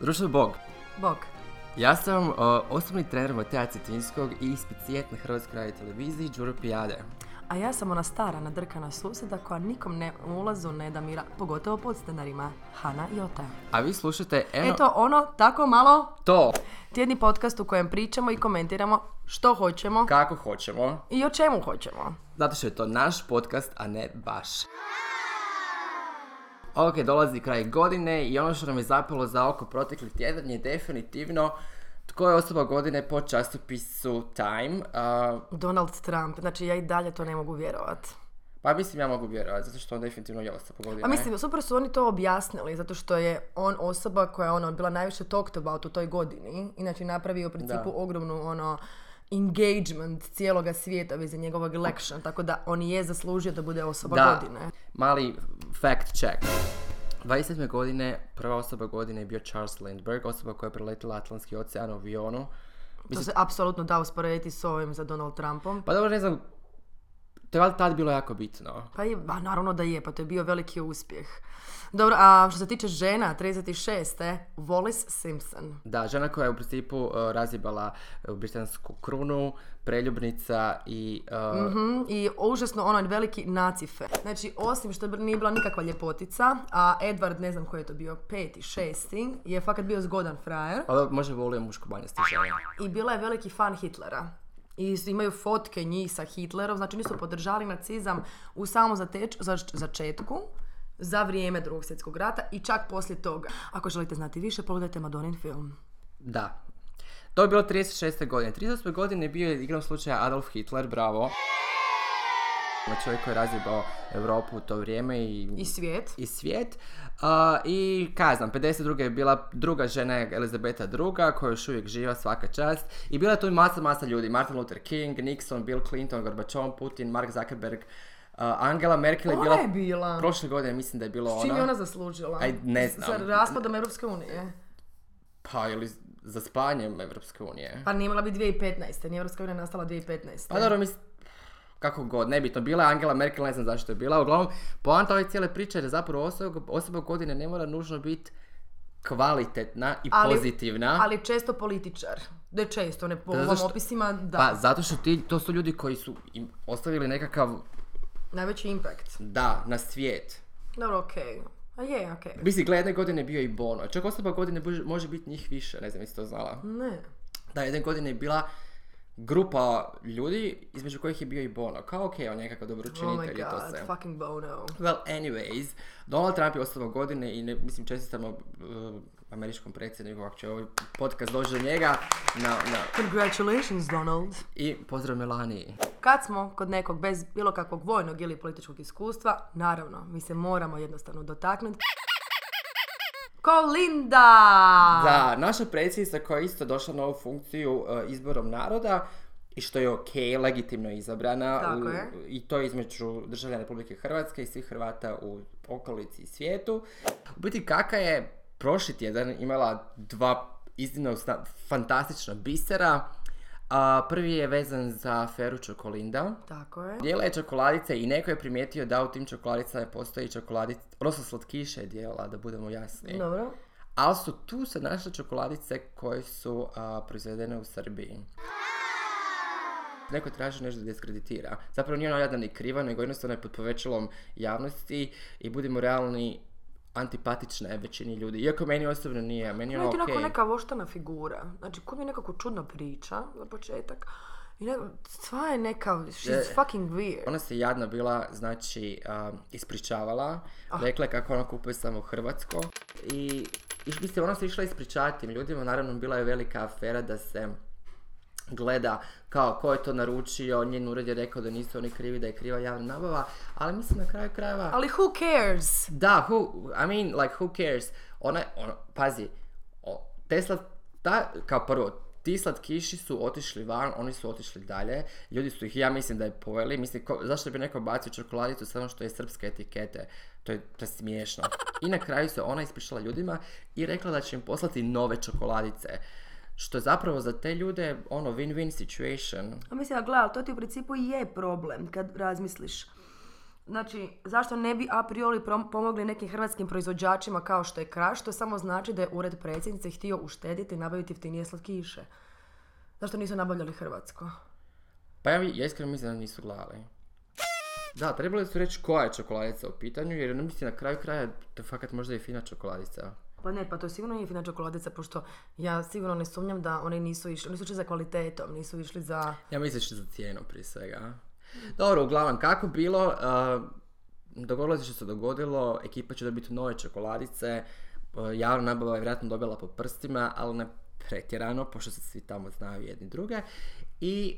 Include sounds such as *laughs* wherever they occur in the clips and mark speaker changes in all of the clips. Speaker 1: Društvo Bog,
Speaker 2: Bog.
Speaker 1: ja sam uh, osobni trener Mateja Cetinskog i ispicijet na Hrvatskoj radio televiziji Đuro Pijade.
Speaker 2: A ja sam ona stara nadrkana susjeda koja nikom ne u ulazu ne da mira, pogotovo podstanarima. Hana i Ota.
Speaker 1: A vi slušate eno
Speaker 2: Eto ono, tako malo,
Speaker 1: to
Speaker 2: tjedni podcast u kojem pričamo i komentiramo što hoćemo
Speaker 1: kako hoćemo,
Speaker 2: i o čemu hoćemo.
Speaker 1: zato što je to naš podcast, a ne baš. Ok, dolazi kraj godine i ono što nam je zapalo za oko protekli tjedan je definitivno tko je osoba godine po časopisu Time. Uh,
Speaker 2: Donald Trump, znači ja i dalje to ne mogu vjerovat.
Speaker 1: pa mislim ja mogu vjerovati, zato što on definitivno je osoba godine.
Speaker 2: Pa mislim, super su oni to objasnili, zato što je on osoba koja je ono, bila najviše talked about u toj godini. Inače, napravio u principu
Speaker 1: Da.
Speaker 2: ogromnu ono, engagement cijeloga svijeta za njegovog election, tako da on je zaslužio da bude osoba
Speaker 1: Da.
Speaker 2: godine.
Speaker 1: Mali fact check. 27. godine prva osoba godine je bio Charles Lindbergh, osoba koja je preletila Atlantski ocean u avionu.
Speaker 2: To se apsolutno da usporediti s ovim za Donald Trumpom.
Speaker 1: Pa dobro, ne znam, to je valjda tad bilo jako bitno.
Speaker 2: Pa je, ba, naravno da je, pa to je bio veliki uspjeh. Dobro, a što se tiče žena, 36. Wallis Simpson.
Speaker 1: Da, žena koja je u principu uh, razjebala uh, britansku krunu, preljubnica i... uh,
Speaker 2: Mhm, I užasno onaj veliki nacife. Znači, osim što nije bila nikakva ljepotica, a Edward, ne znam koji je to bio, peti, šesti, je fakat bio zgodan frajer
Speaker 1: ali možda volio muško manje s tim ženama.
Speaker 2: i bila je veliki fan Hitlera. I s- imaju fotke njih sa Hitlerom, znači nisu podržali nacizam u samom zateč, za, začetku, za vrijeme drugog svjetskog rata i čak poslije toga. Ako želite znati više, pogledajte Madonin film.
Speaker 1: Da. To je bilo 36. godine. 38. godine bio je igrom slučaja Adolf Hitler, bravo. Čovjek koji je razjebao Europu u to vrijeme
Speaker 2: I svijet.
Speaker 1: i svijet. A, I kazam, 52. je bila druga žena Elizabeta II, koja je još uvijek živa svaka čast. I bila je tu i masa, masa ljudi. Martin Luther King, Nixon, Bill Clinton, Gorbačov, Putin, Mark Zuckerberg. A, Angela Merkel je
Speaker 2: Ona
Speaker 1: bila...
Speaker 2: je bila.
Speaker 1: Prošle godine mislim da je bilo
Speaker 2: Čim
Speaker 1: ona.
Speaker 2: je ona zaslužila?
Speaker 1: Aj, ne znam.
Speaker 2: Sa raspadom Europske unije.
Speaker 1: Pa ili za spanjem Evropske unije.
Speaker 2: Pa nije imala bi 2015. Nije Europska unija nastala 2015.
Speaker 1: Pa dobro, mislim, kako god, nebitno, bila je Angela Merkel, ne znam zašto je bila, uglavnom, poanta ove cijele priče je da zapravo osoba, osoba godine ne mora nužno biti kvalitetna i
Speaker 2: Ali-
Speaker 1: pozitivna.
Speaker 2: Ali često političar. Ne često, ne po
Speaker 1: zato
Speaker 2: ovom
Speaker 1: što-
Speaker 2: opisima, da.
Speaker 1: Pa zato što ti, to su ljudi koji su im ostavili nekakav
Speaker 2: Najveći impact.
Speaker 1: da na svijet.
Speaker 2: Dobro, okej. A je, okej.
Speaker 1: Mislim, gle, jedne godine je bio i Bono. Čak osoba godine bože- može biti njih više, ne znam jesi to znala.
Speaker 2: Ne.
Speaker 1: Da, jedne godine je bila grupa ljudi između kojih je bio i Bono. Kao okej, on je nekakav
Speaker 2: Oh my
Speaker 1: dobročinitelj i to
Speaker 2: god,
Speaker 1: sve.
Speaker 2: fucking Bono.
Speaker 1: Well, anyways, Donald Trump je osoba godine i ne, mislim čestitamo uh, američkom predsjedniku, ako će ovaj podcast doći do njega, na, na,
Speaker 2: Congratulations, Donald.
Speaker 1: i pozdrav Melaniji.
Speaker 2: Kad smo kod nekog bez bilo kakvog vojnog ili političkog iskustva, naravno, mi se moramo jednostavno dotaknuti. Kolinda!
Speaker 1: Da, naša predsjednica koja je isto došla na ovu funkciju e, izborom naroda i što je ok, legitimno izabrana
Speaker 2: Tako
Speaker 1: u-
Speaker 2: je.
Speaker 1: i to je između državljana Republike Hrvatske i svih Hrvata u okolici i svijetu. U biti Kaka je prošli tjedan imala dva iznimno sna- fantastična bisera. A, prvi je vezan za aferu Čokolinda.
Speaker 2: Tako je.
Speaker 1: Dijela je čokoladice i neko je primijetio da u tim čokoladicama postoji čokoladice, odnosno slatkiše dijela, da budemo jasni.
Speaker 2: Dobro.
Speaker 1: Ali su tu se našle čokoladice koje su a, proizvedene u Srbiji. Neko traži nešto da diskreditira. Zapravo nije ona jadna ni kriva, nego jednostavno je pod povećalom javnosti i budimo realni antipatična je većini ljudi. Iako meni osobno nije, meni je ona
Speaker 2: Ima je ti onako
Speaker 1: okej.
Speaker 2: neka voštana figura. Znači, kud mi je nekako čudna priča za početak. I ne, sva je neka, she's
Speaker 1: Je.
Speaker 2: fucking weird.
Speaker 1: Ona se jadna bila, znači, a, ispričavala. Rekla je kako ona kupuje samo hrvatsko. I, i mislim, ona se išla ispričavati tim ljudima. Naravno, bila je velika afera da se gleda kao ko je to naručio, njen ured je rekao da nisu oni krivi, da je kriva javna nabava, ali mislim na kraju krajeva...
Speaker 2: Ali who cares?
Speaker 1: Da, who, I mean, like, who cares? Ona, ono, pazi, o, Tesla, ta, kao prvo, ti slatkiši su otišli van, oni su otišli dalje, ljudi su ih, ja mislim da je pojeli, mislim, ko- zašto bi neko bacio čokoladicu samo što je srpske etikete? To je, to je smiješno. I na kraju se ona ispričala ljudima i rekla da će im poslati nove čokoladice. Što je zapravo za te ljude, ono, win-win situation.
Speaker 2: A mislim, a gle, ali to ti u principu i je problem kad razmisliš. Znači, zašto ne bi a priori prom- pomogli nekim hrvatskim proizvođačima kao što je Kraš, to samo znači da je ured predsjednice htio uštediti i nabaviti jeftinije slatkiše. Zašto nisu nabavljali Hrvatsko?
Speaker 1: Pa ja, mi- ja iskreno mislim da nisu gledali. Da, trebali su reći koja je čokoladica u pitanju, jer ne mislim na kraju kraja to je fakat možda i fina čokoladica.
Speaker 2: Pa ne, pa to sigurno nije fina čokoladica, pošto ja sigurno ne sumnjam da oni nisu išli, oni su išli za kvalitetom, nisu išli za...
Speaker 1: Ja misliš za cijenu prije svega. a? Dobro, uglavnom, kako bilo, uh, dogodilo se što se dogodilo, ekipa će dobiti nove čokoladice, uh, javna nabava je vjerojatno dobila po prstima, ali ne pretjerano, pošto se svi tamo znaju jedni druge. I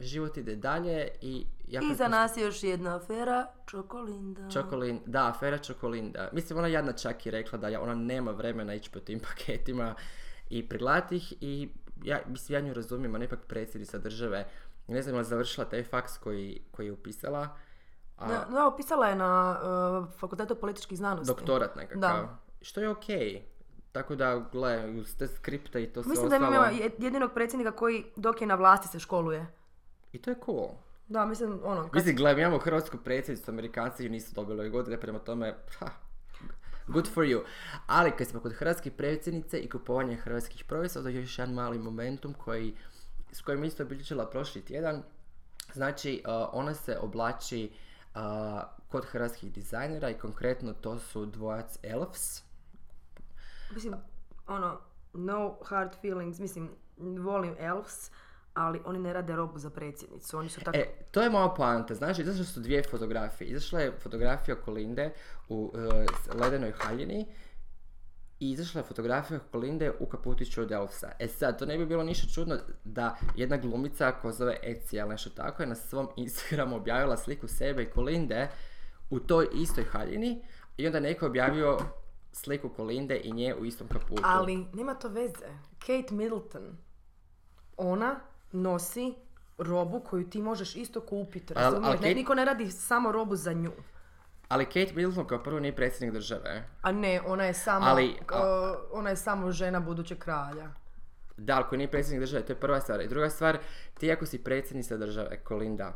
Speaker 1: život ide dalje i ja
Speaker 2: Iza
Speaker 1: pretpostavljam-
Speaker 2: nas je još jedna afera, čokolinda.
Speaker 1: Čokolin, da, afera Čokolinda. Mislim, ona jadna čak i rekla da ja, ona nema vremena ići po tim *laughs* paketima i pregledati ih i ja, mislim, ja nju razumijem, ona je ipak predsjednica države. Ne znam, je li završila taj faks koji, koji je upisala, a
Speaker 2: Da, da, opisala je na e, fakultetu političkih znanosti.
Speaker 1: doktorat nekakav.
Speaker 2: Da.
Speaker 1: Što je okej. Tako da, gle, uz te skripte i to sve
Speaker 2: Pa Mislim da mi
Speaker 1: ostalo-
Speaker 2: imamo jed- jedinog predsjednika koji dok je na vlasti se školuje.
Speaker 1: I to je cool.
Speaker 2: Da, mislim, ono, kad-
Speaker 1: Mislim, gle, mi imamo hrvatsku predsjednicu, Amerikanci ju nisu dobili ove godine, prema tome, ha, good for you. Ali kad smo kod hrvatske predsjednice i kupovanja hrvatskih proizvoda, još jedan mali momentum koji, s kojim je isto obilježila prošli tjedan. Znači, uh, ona se oblači uh, kod hrvatskih dizajnera i konkretno to su dvojac Elfs.
Speaker 2: mislim, ono, no hard feelings, mislim, volim elves, ali oni ne rade robu za predsjednicu, oni su tako...
Speaker 1: E, to je moja poanta. Znači, izašle su dvije fotografije. Izašla je fotografija Kolinde u e, s- ledenoj haljini i izašla je fotografija Kolinde u kaputiću od Elfsa. E sad, to ne bi bilo ništa čudno da jedna glumica koja se zove Eci ili nešto tako je na svom Instagramu objavila sliku sebe i Kolinde u toj istoj haljini i onda neko je objavio sliku Kolinde i nje u istom kaputu.
Speaker 2: Ali nema to veze. Kate Middleton, ona nosi robu koju ti možeš isto kupiti,
Speaker 1: Al- al
Speaker 2: razumiješ? Ne,
Speaker 1: Kate-
Speaker 2: Niko ne radi samo robu za nju.
Speaker 1: Ali Kate Middleton kao prvo nije predsjednik države.
Speaker 2: A ne, ona je samo,
Speaker 1: Ali,
Speaker 2: k-
Speaker 1: a-
Speaker 2: ona je samo žena budućeg kralja.
Speaker 1: Da, ali koji nije predsjednik države, to je prva stvar. I druga stvar, ti ako si predsjednica države, Kolinda,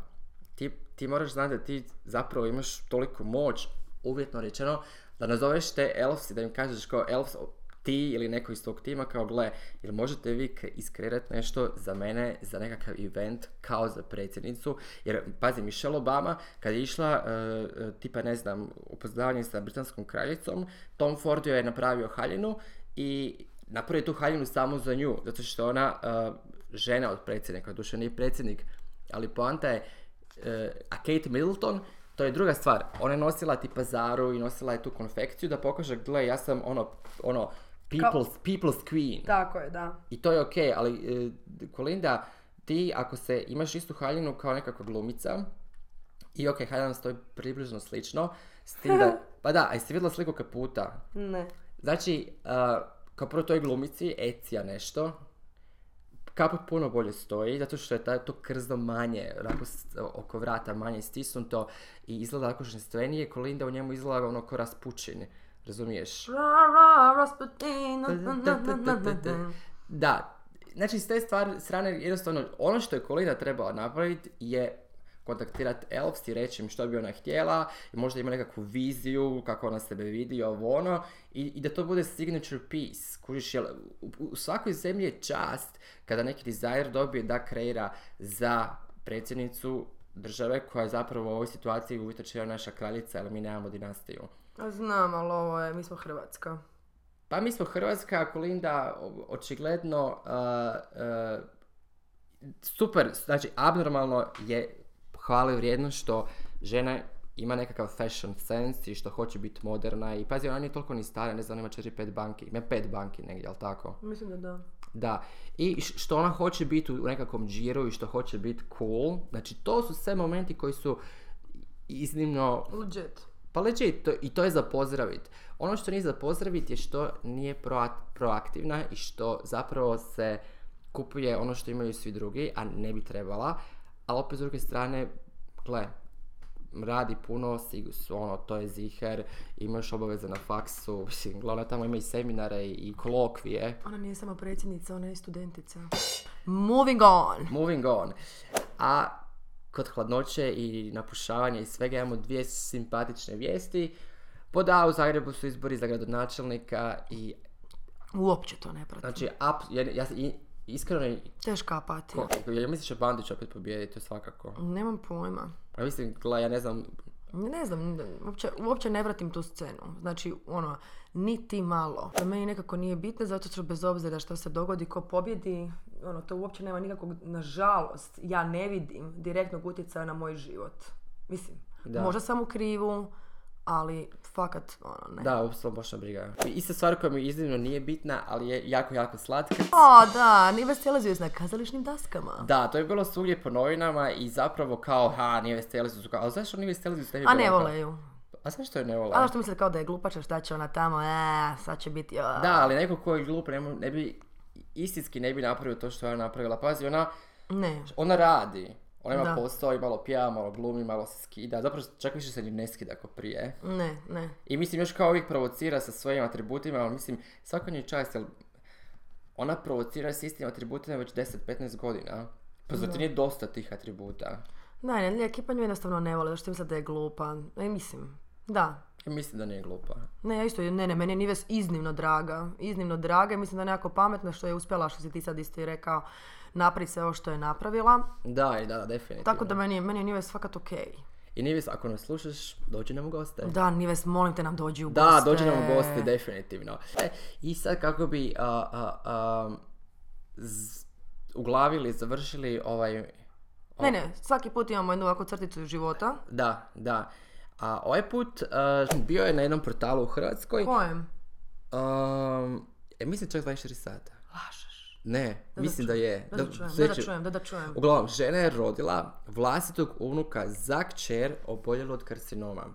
Speaker 1: ti, ti moraš znati da ti zapravo imaš toliku moć, uvjetno rečeno, da nazoveš te elfsi, da im kažeš kao elfs, o, ti ili neko iz tog tima kao gle, jel možete vi k- iskreirati nešto za mene, za nekakav event kao za predsjednicu, jer pazi, Michelle Obama kad je išla, e, e, tipa ne znam, upoznavanje sa britanskom kraljicom, Tom Ford joj je napravio haljinu i napravio je tu haljinu samo za nju, zato što je ona e, žena od predsjednika, duše nije predsjednik, ali poanta je, e, a Kate Middleton, to je druga stvar, ona je nosila tipa Zaru i nosila je tu konfekciju da pokaže, gle, ja sam ono, ono, people's, people's queen.
Speaker 2: Tako je, da.
Speaker 1: I to je okej, ali e, Kolinda, ti ako se imaš istu haljinu kao nekakva glumica, i okej, haljina stoji približno slično, s tim da, pa da, a jesi vidjela sliku kaputa?
Speaker 2: Ne.
Speaker 1: Znači, a, kao prvo toj glumici, Ecija nešto, kaput puno bolje stoji, zato što je taj, to krzno manje, onako s- oko vrata manje stisnuto i izgleda tako ženstvenije, Kolinda u njemu izgleda ono ko raspućin, razumiješ?
Speaker 2: Ra, ra, Rasputin, na, na, na, na, na, na.
Speaker 1: Da, znači s te stvari, strane jednostavno ono što je Kolina trebala napraviti je kontaktirati Elfs i reći im što bi ona htjela i možda ima nekakvu viziju kako ona sebe vidi ovo ono i, i da to bude signature piece kužiš jel, u, u svakoj zemlji je čast kada neki dizajner dobije da kreira za predsjednicu države koja je zapravo u ovoj situaciji uvjetno rečeno naša kraljica jer mi nemamo dinastiju *laughs*
Speaker 2: Znam, ali ovo je, mi smo Hrvatska.
Speaker 1: pa mi smo Hrvatska, ako Linda o- očigledno uh, uh, super, znači abnormalno je hvale vrijedno što žena ima nekakav fashion sense i što hoće biti moderna i pazi ona nije toliko ni stara, ne znam, ona ima 4-5 banki, ima 5 banki negdje, jel tako?
Speaker 2: Mislim da da.
Speaker 1: Da, i š- što ona hoće biti u nekakvom džiru i što hoće biti cool, znači to su sve momenti koji su iznimno
Speaker 2: Legit.
Speaker 1: pa legit, to, i to je za pozdravit. Ono što nije za pozdravit je što nije proa- proaktivna i što zapravo se kupuje ono što imaju svi drugi, a ne bi trebala. Ali opet s druge strane, gle, radi puno, sig- su ono, to je ziher, imaš obaveze na faksu, *laughs* mislim, gle, ona tamo ima i seminare i, i kolokvije.
Speaker 2: Ona nije samo predsjednica, ona je i studentica. Moving on.
Speaker 1: Moving on. A kod hladnoće i napušavanja i svega imamo dvije simpatične vijesti. Pod A u Zagrebu su izbori za gradonačelnika i
Speaker 2: Uopće to ne pratim.
Speaker 1: znači ap, ja, ja, i- iskreno
Speaker 2: Teška apatija.
Speaker 1: ko- ja mislim da će Bandić opet pobijediti to svakako.
Speaker 2: Nemam pojma.
Speaker 1: Ja mislim, gle, ja ne znam,
Speaker 2: Ne znam, n- uopće, uopće ne vratim tu scenu. Znači, ono, niti malo. Za meni nekako nije bitno, zato što bez obzira što se dogodi, ko pobjedi, ono, to uopće nema nikakvog, nažalost, ja ne vidim direktnog utjecaja na moj život. Mislim,
Speaker 1: Da.
Speaker 2: možda sam u krivu, ali fakat, ono, ne.
Speaker 1: da, uopće baš me briga. I Ista stvar koja mi iznimno nije bitna, ali je jako, jako slatka.
Speaker 2: O, da, nije vestelazio na kazališnim daskama.
Speaker 1: Da, to je bilo svugdje po novinama i zapravo kao, ha, nije Vestelizis su kao, ali zašto nije Vestelizis ne bi
Speaker 2: A
Speaker 1: bila
Speaker 2: ne
Speaker 1: kao-
Speaker 2: vole ju.
Speaker 1: A zašto je ne vole?
Speaker 2: A što misle kao da je glupača, šta će ona tamo, e, sad će biti, a.
Speaker 1: Da, ali neko ko je glup ne, mo- ne bi, istinski ne bi napravio to što je ona napravila. Pazi, ona,
Speaker 2: Ne.
Speaker 1: ona radi. Ona ima
Speaker 2: Da.
Speaker 1: posao i malo pija, malo glumi, malo se skida. Zapravo čak više se ni ne skida ako prije.
Speaker 2: Ne, ne.
Speaker 1: I mislim, još kao uvijek provocira sa svojim atributima, ali mislim, svaka njoj čast, jer ona provocira s istim atributima već 10-15 godina. Pa zar ti nije dosta tih atributa?
Speaker 2: Ne, ne, ekipa nju jednostavno ne vole, zašto misle da je glupa. E, mislim, da.
Speaker 1: Ja mislim da nije glupa.
Speaker 2: Ne, ja isto, ne, ne, meni je Nives iznimno draga. Iznimno draga i mislim da je nekako pametna što je uspjela, što si ti sad isto i rekao, napraviti sve ovo što je napravila.
Speaker 1: Da, i da, da, definitivno.
Speaker 2: Tako da meni, je- meni je Nives fakat okej.
Speaker 1: I Nivis, ako nas slušaš, dođi nam u goste.
Speaker 2: Da, Nives, molim te nam dođi u
Speaker 1: Da,
Speaker 2: goste.
Speaker 1: dođi nam u goste, definitivno. E, I sad kako bi a, a, a, z- uglavili, završili ovaj...
Speaker 2: Ne, ne, svaki put imamo jednu ovakvu crticu iz života.
Speaker 1: Da, da. A ovaj put a, bio je na jednom portalu u Hrvatskoj.
Speaker 2: Kojem?
Speaker 1: Um, e, mislim čak 24 sata.
Speaker 2: Lažeš.
Speaker 1: Ne, mislim da, je.
Speaker 2: Da, da čujem, da,
Speaker 1: sve
Speaker 2: da
Speaker 1: ću-
Speaker 2: čujem, da, da čujem.
Speaker 1: Uglavnom, žena je rodila vlastitog unuka za kćer oboljelu od karcinoma.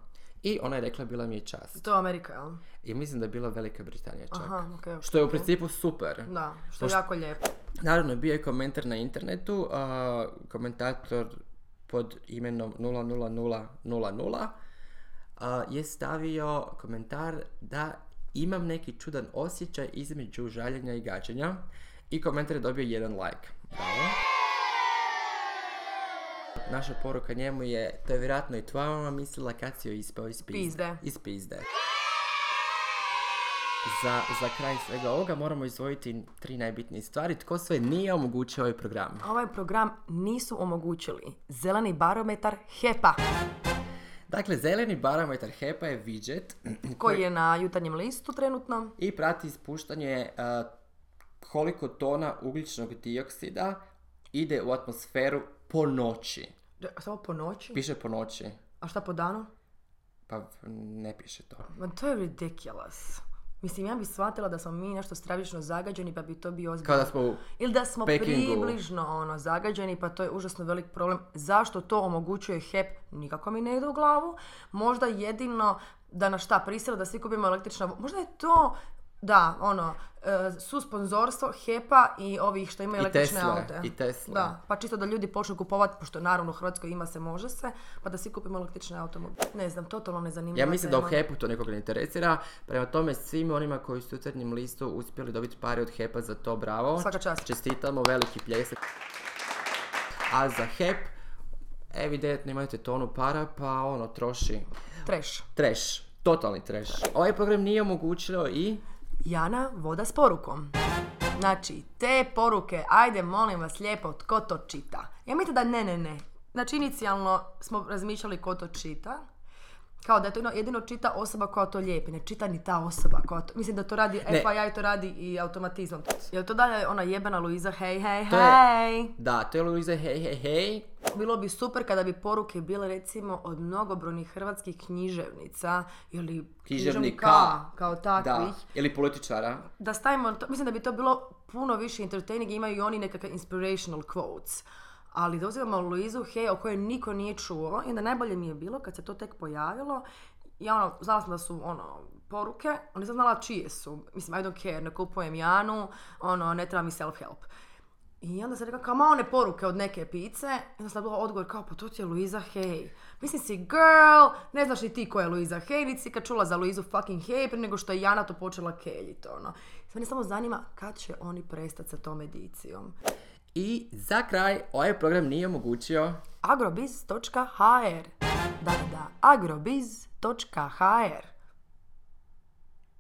Speaker 1: I ona je rekla bila mi je čast.
Speaker 2: To je Amerika, jel?
Speaker 1: I mislim da je bila Velika Britanija čak.
Speaker 2: Aha, okej.
Speaker 1: Što je u principu super.
Speaker 2: Da, što je jako lijepo.
Speaker 1: Naravno, bio je komentar na internetu, a, komentator pod imenom 00000 a, je stavio komentar da imam neki čudan osjećaj između žaljenja i gađenja i komentar je dobio jedan like. Bravo. Naša poruka njemu je, to je vjerojatno i tvoja mama mislila kad si joj ispao iz pizde.
Speaker 2: Pizde.
Speaker 1: Iz pizde. Za, za kraj svega ovoga moramo izdvojiti tri najbitnije stvari. Tko sve nije omogućio ovaj program?
Speaker 2: Ovaj program nisu omogućili. Zeleni barometar HEPA,
Speaker 1: Dakle, zeleni barometar HEPA je widget
Speaker 2: koji je na jutarnjem listu trenutno.
Speaker 1: i prati ispuštanje a, koliko tona ugljičnog dioksida ide u atmosferu po noći.
Speaker 2: Da, Samo po noći?
Speaker 1: Piše po noći.
Speaker 2: A šta po danu?
Speaker 1: Pa ne piše to.
Speaker 2: Ma to je ridiculous. Mislim, ja bi shvatila da smo mi nešto stravično zagađeni pa bi to bio
Speaker 1: Kao
Speaker 2: ozbiljno.
Speaker 1: da smo u
Speaker 2: Ili da smo
Speaker 1: Pekingu.
Speaker 2: približno ono, zagađeni pa to je užasno velik problem. Zašto to omogućuje HEP? Nikako mi ne ide u glavu. Možda jedino da na šta prisila da svi kupimo električna vo- Možda je to da, ono, e, su sponzorstvo HEP-a i ovih što imaju
Speaker 1: I
Speaker 2: električne
Speaker 1: Tesle,
Speaker 2: aute.
Speaker 1: i Tesle.
Speaker 2: Da, pa čisto da ljudi počnu kupovati, pošto naravno u Hrvatskoj ima se, može se, pa da svi kupimo električne automobile. Ne znam, totalno ne zanima.
Speaker 1: Ja mislim da u HEP-u to nekoga ne interesira, prema tome svim onima koji su u crnim listu uspjeli dobiti pare od HEP-a za to, bravo.
Speaker 2: Svaka čast.
Speaker 1: Čestitamo, veliki pljesak. A za HEP, evidentno imate tonu para, pa ono, troši.
Speaker 2: Treš.
Speaker 1: Treš, totalni treš. Ovaj program nije omogućilo i...
Speaker 2: Jana, voda s porukom. Znači, te poruke, ajde molim vas lijepo, tko to čita? Ja mislite da ne, ne, ne. Znači, inicijalno smo razmišljali ko to čita. Kao da je to jedino- jedino čita osoba koja to lijepi, ne čita ni ta osoba koja to... Mislim da to radi FYI, to radi i automatizmom. Jel to dalje ona jebena Luiza, hej, hej,
Speaker 1: To je-
Speaker 2: hej?
Speaker 1: Da, to je Luiza, hej, hej, hej.
Speaker 2: Bilo bi super kada bi poruke bile recimo od mnogobrojnih hrvatskih književnica ili
Speaker 1: Književnika.
Speaker 2: kao takvih.
Speaker 1: Da, ili političara.
Speaker 2: da stavimo, to, mislim da bi to bilo puno više entertaining, imaju i oni nekakve inspirational quotes. Ali da uzimamo Luizu Hay o kojoj niko nije čuo i da najbolje mi je bilo kad se to tek pojavilo, ja ono, znala sam da su ono, poruke, ali nisam znala čije su. Mislim, I don't care, ne kupujem Janu, ono, ne treba mi self-help. I onda sam rekla kao, ma one poruke od neke pice. I onda sam bila odgovor kao, pa to ti je Luiza Hay. Mislim si, girl, ne znaš ni ti ko je Luiza Hay, niti si kad čula za Luizu fucking Hay prije nego što je Jana to počela keljit, ono. Mene samo zanima kad će oni prestati sa tom edicijom.
Speaker 1: I za kraj, ovaj program nije omogućio
Speaker 2: agrobiz.hr Da, da, agrobiz.hr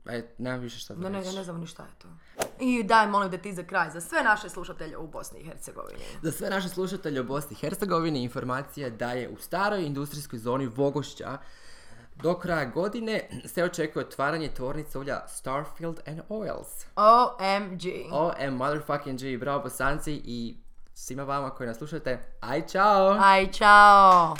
Speaker 1: E, nemam više šta da
Speaker 2: Ne, ne,
Speaker 1: reći.
Speaker 2: ja ne znam ni šta je to. I daj, molim te ti za kraj, za sve naše slušatelje u Bosni i Hercegovini.
Speaker 1: Za sve naše slušatelje u Bosni i Hercegovini informacija da je u staroj industrijskoj zoni Vogošća do kraja godine se očekuje otvaranje tvornice ulja Starfield and Oils.
Speaker 2: OMG.
Speaker 1: OM motherfucking G, bravo bosanci i svima vama koji nas slušate, aj čao!
Speaker 2: Aj, čao!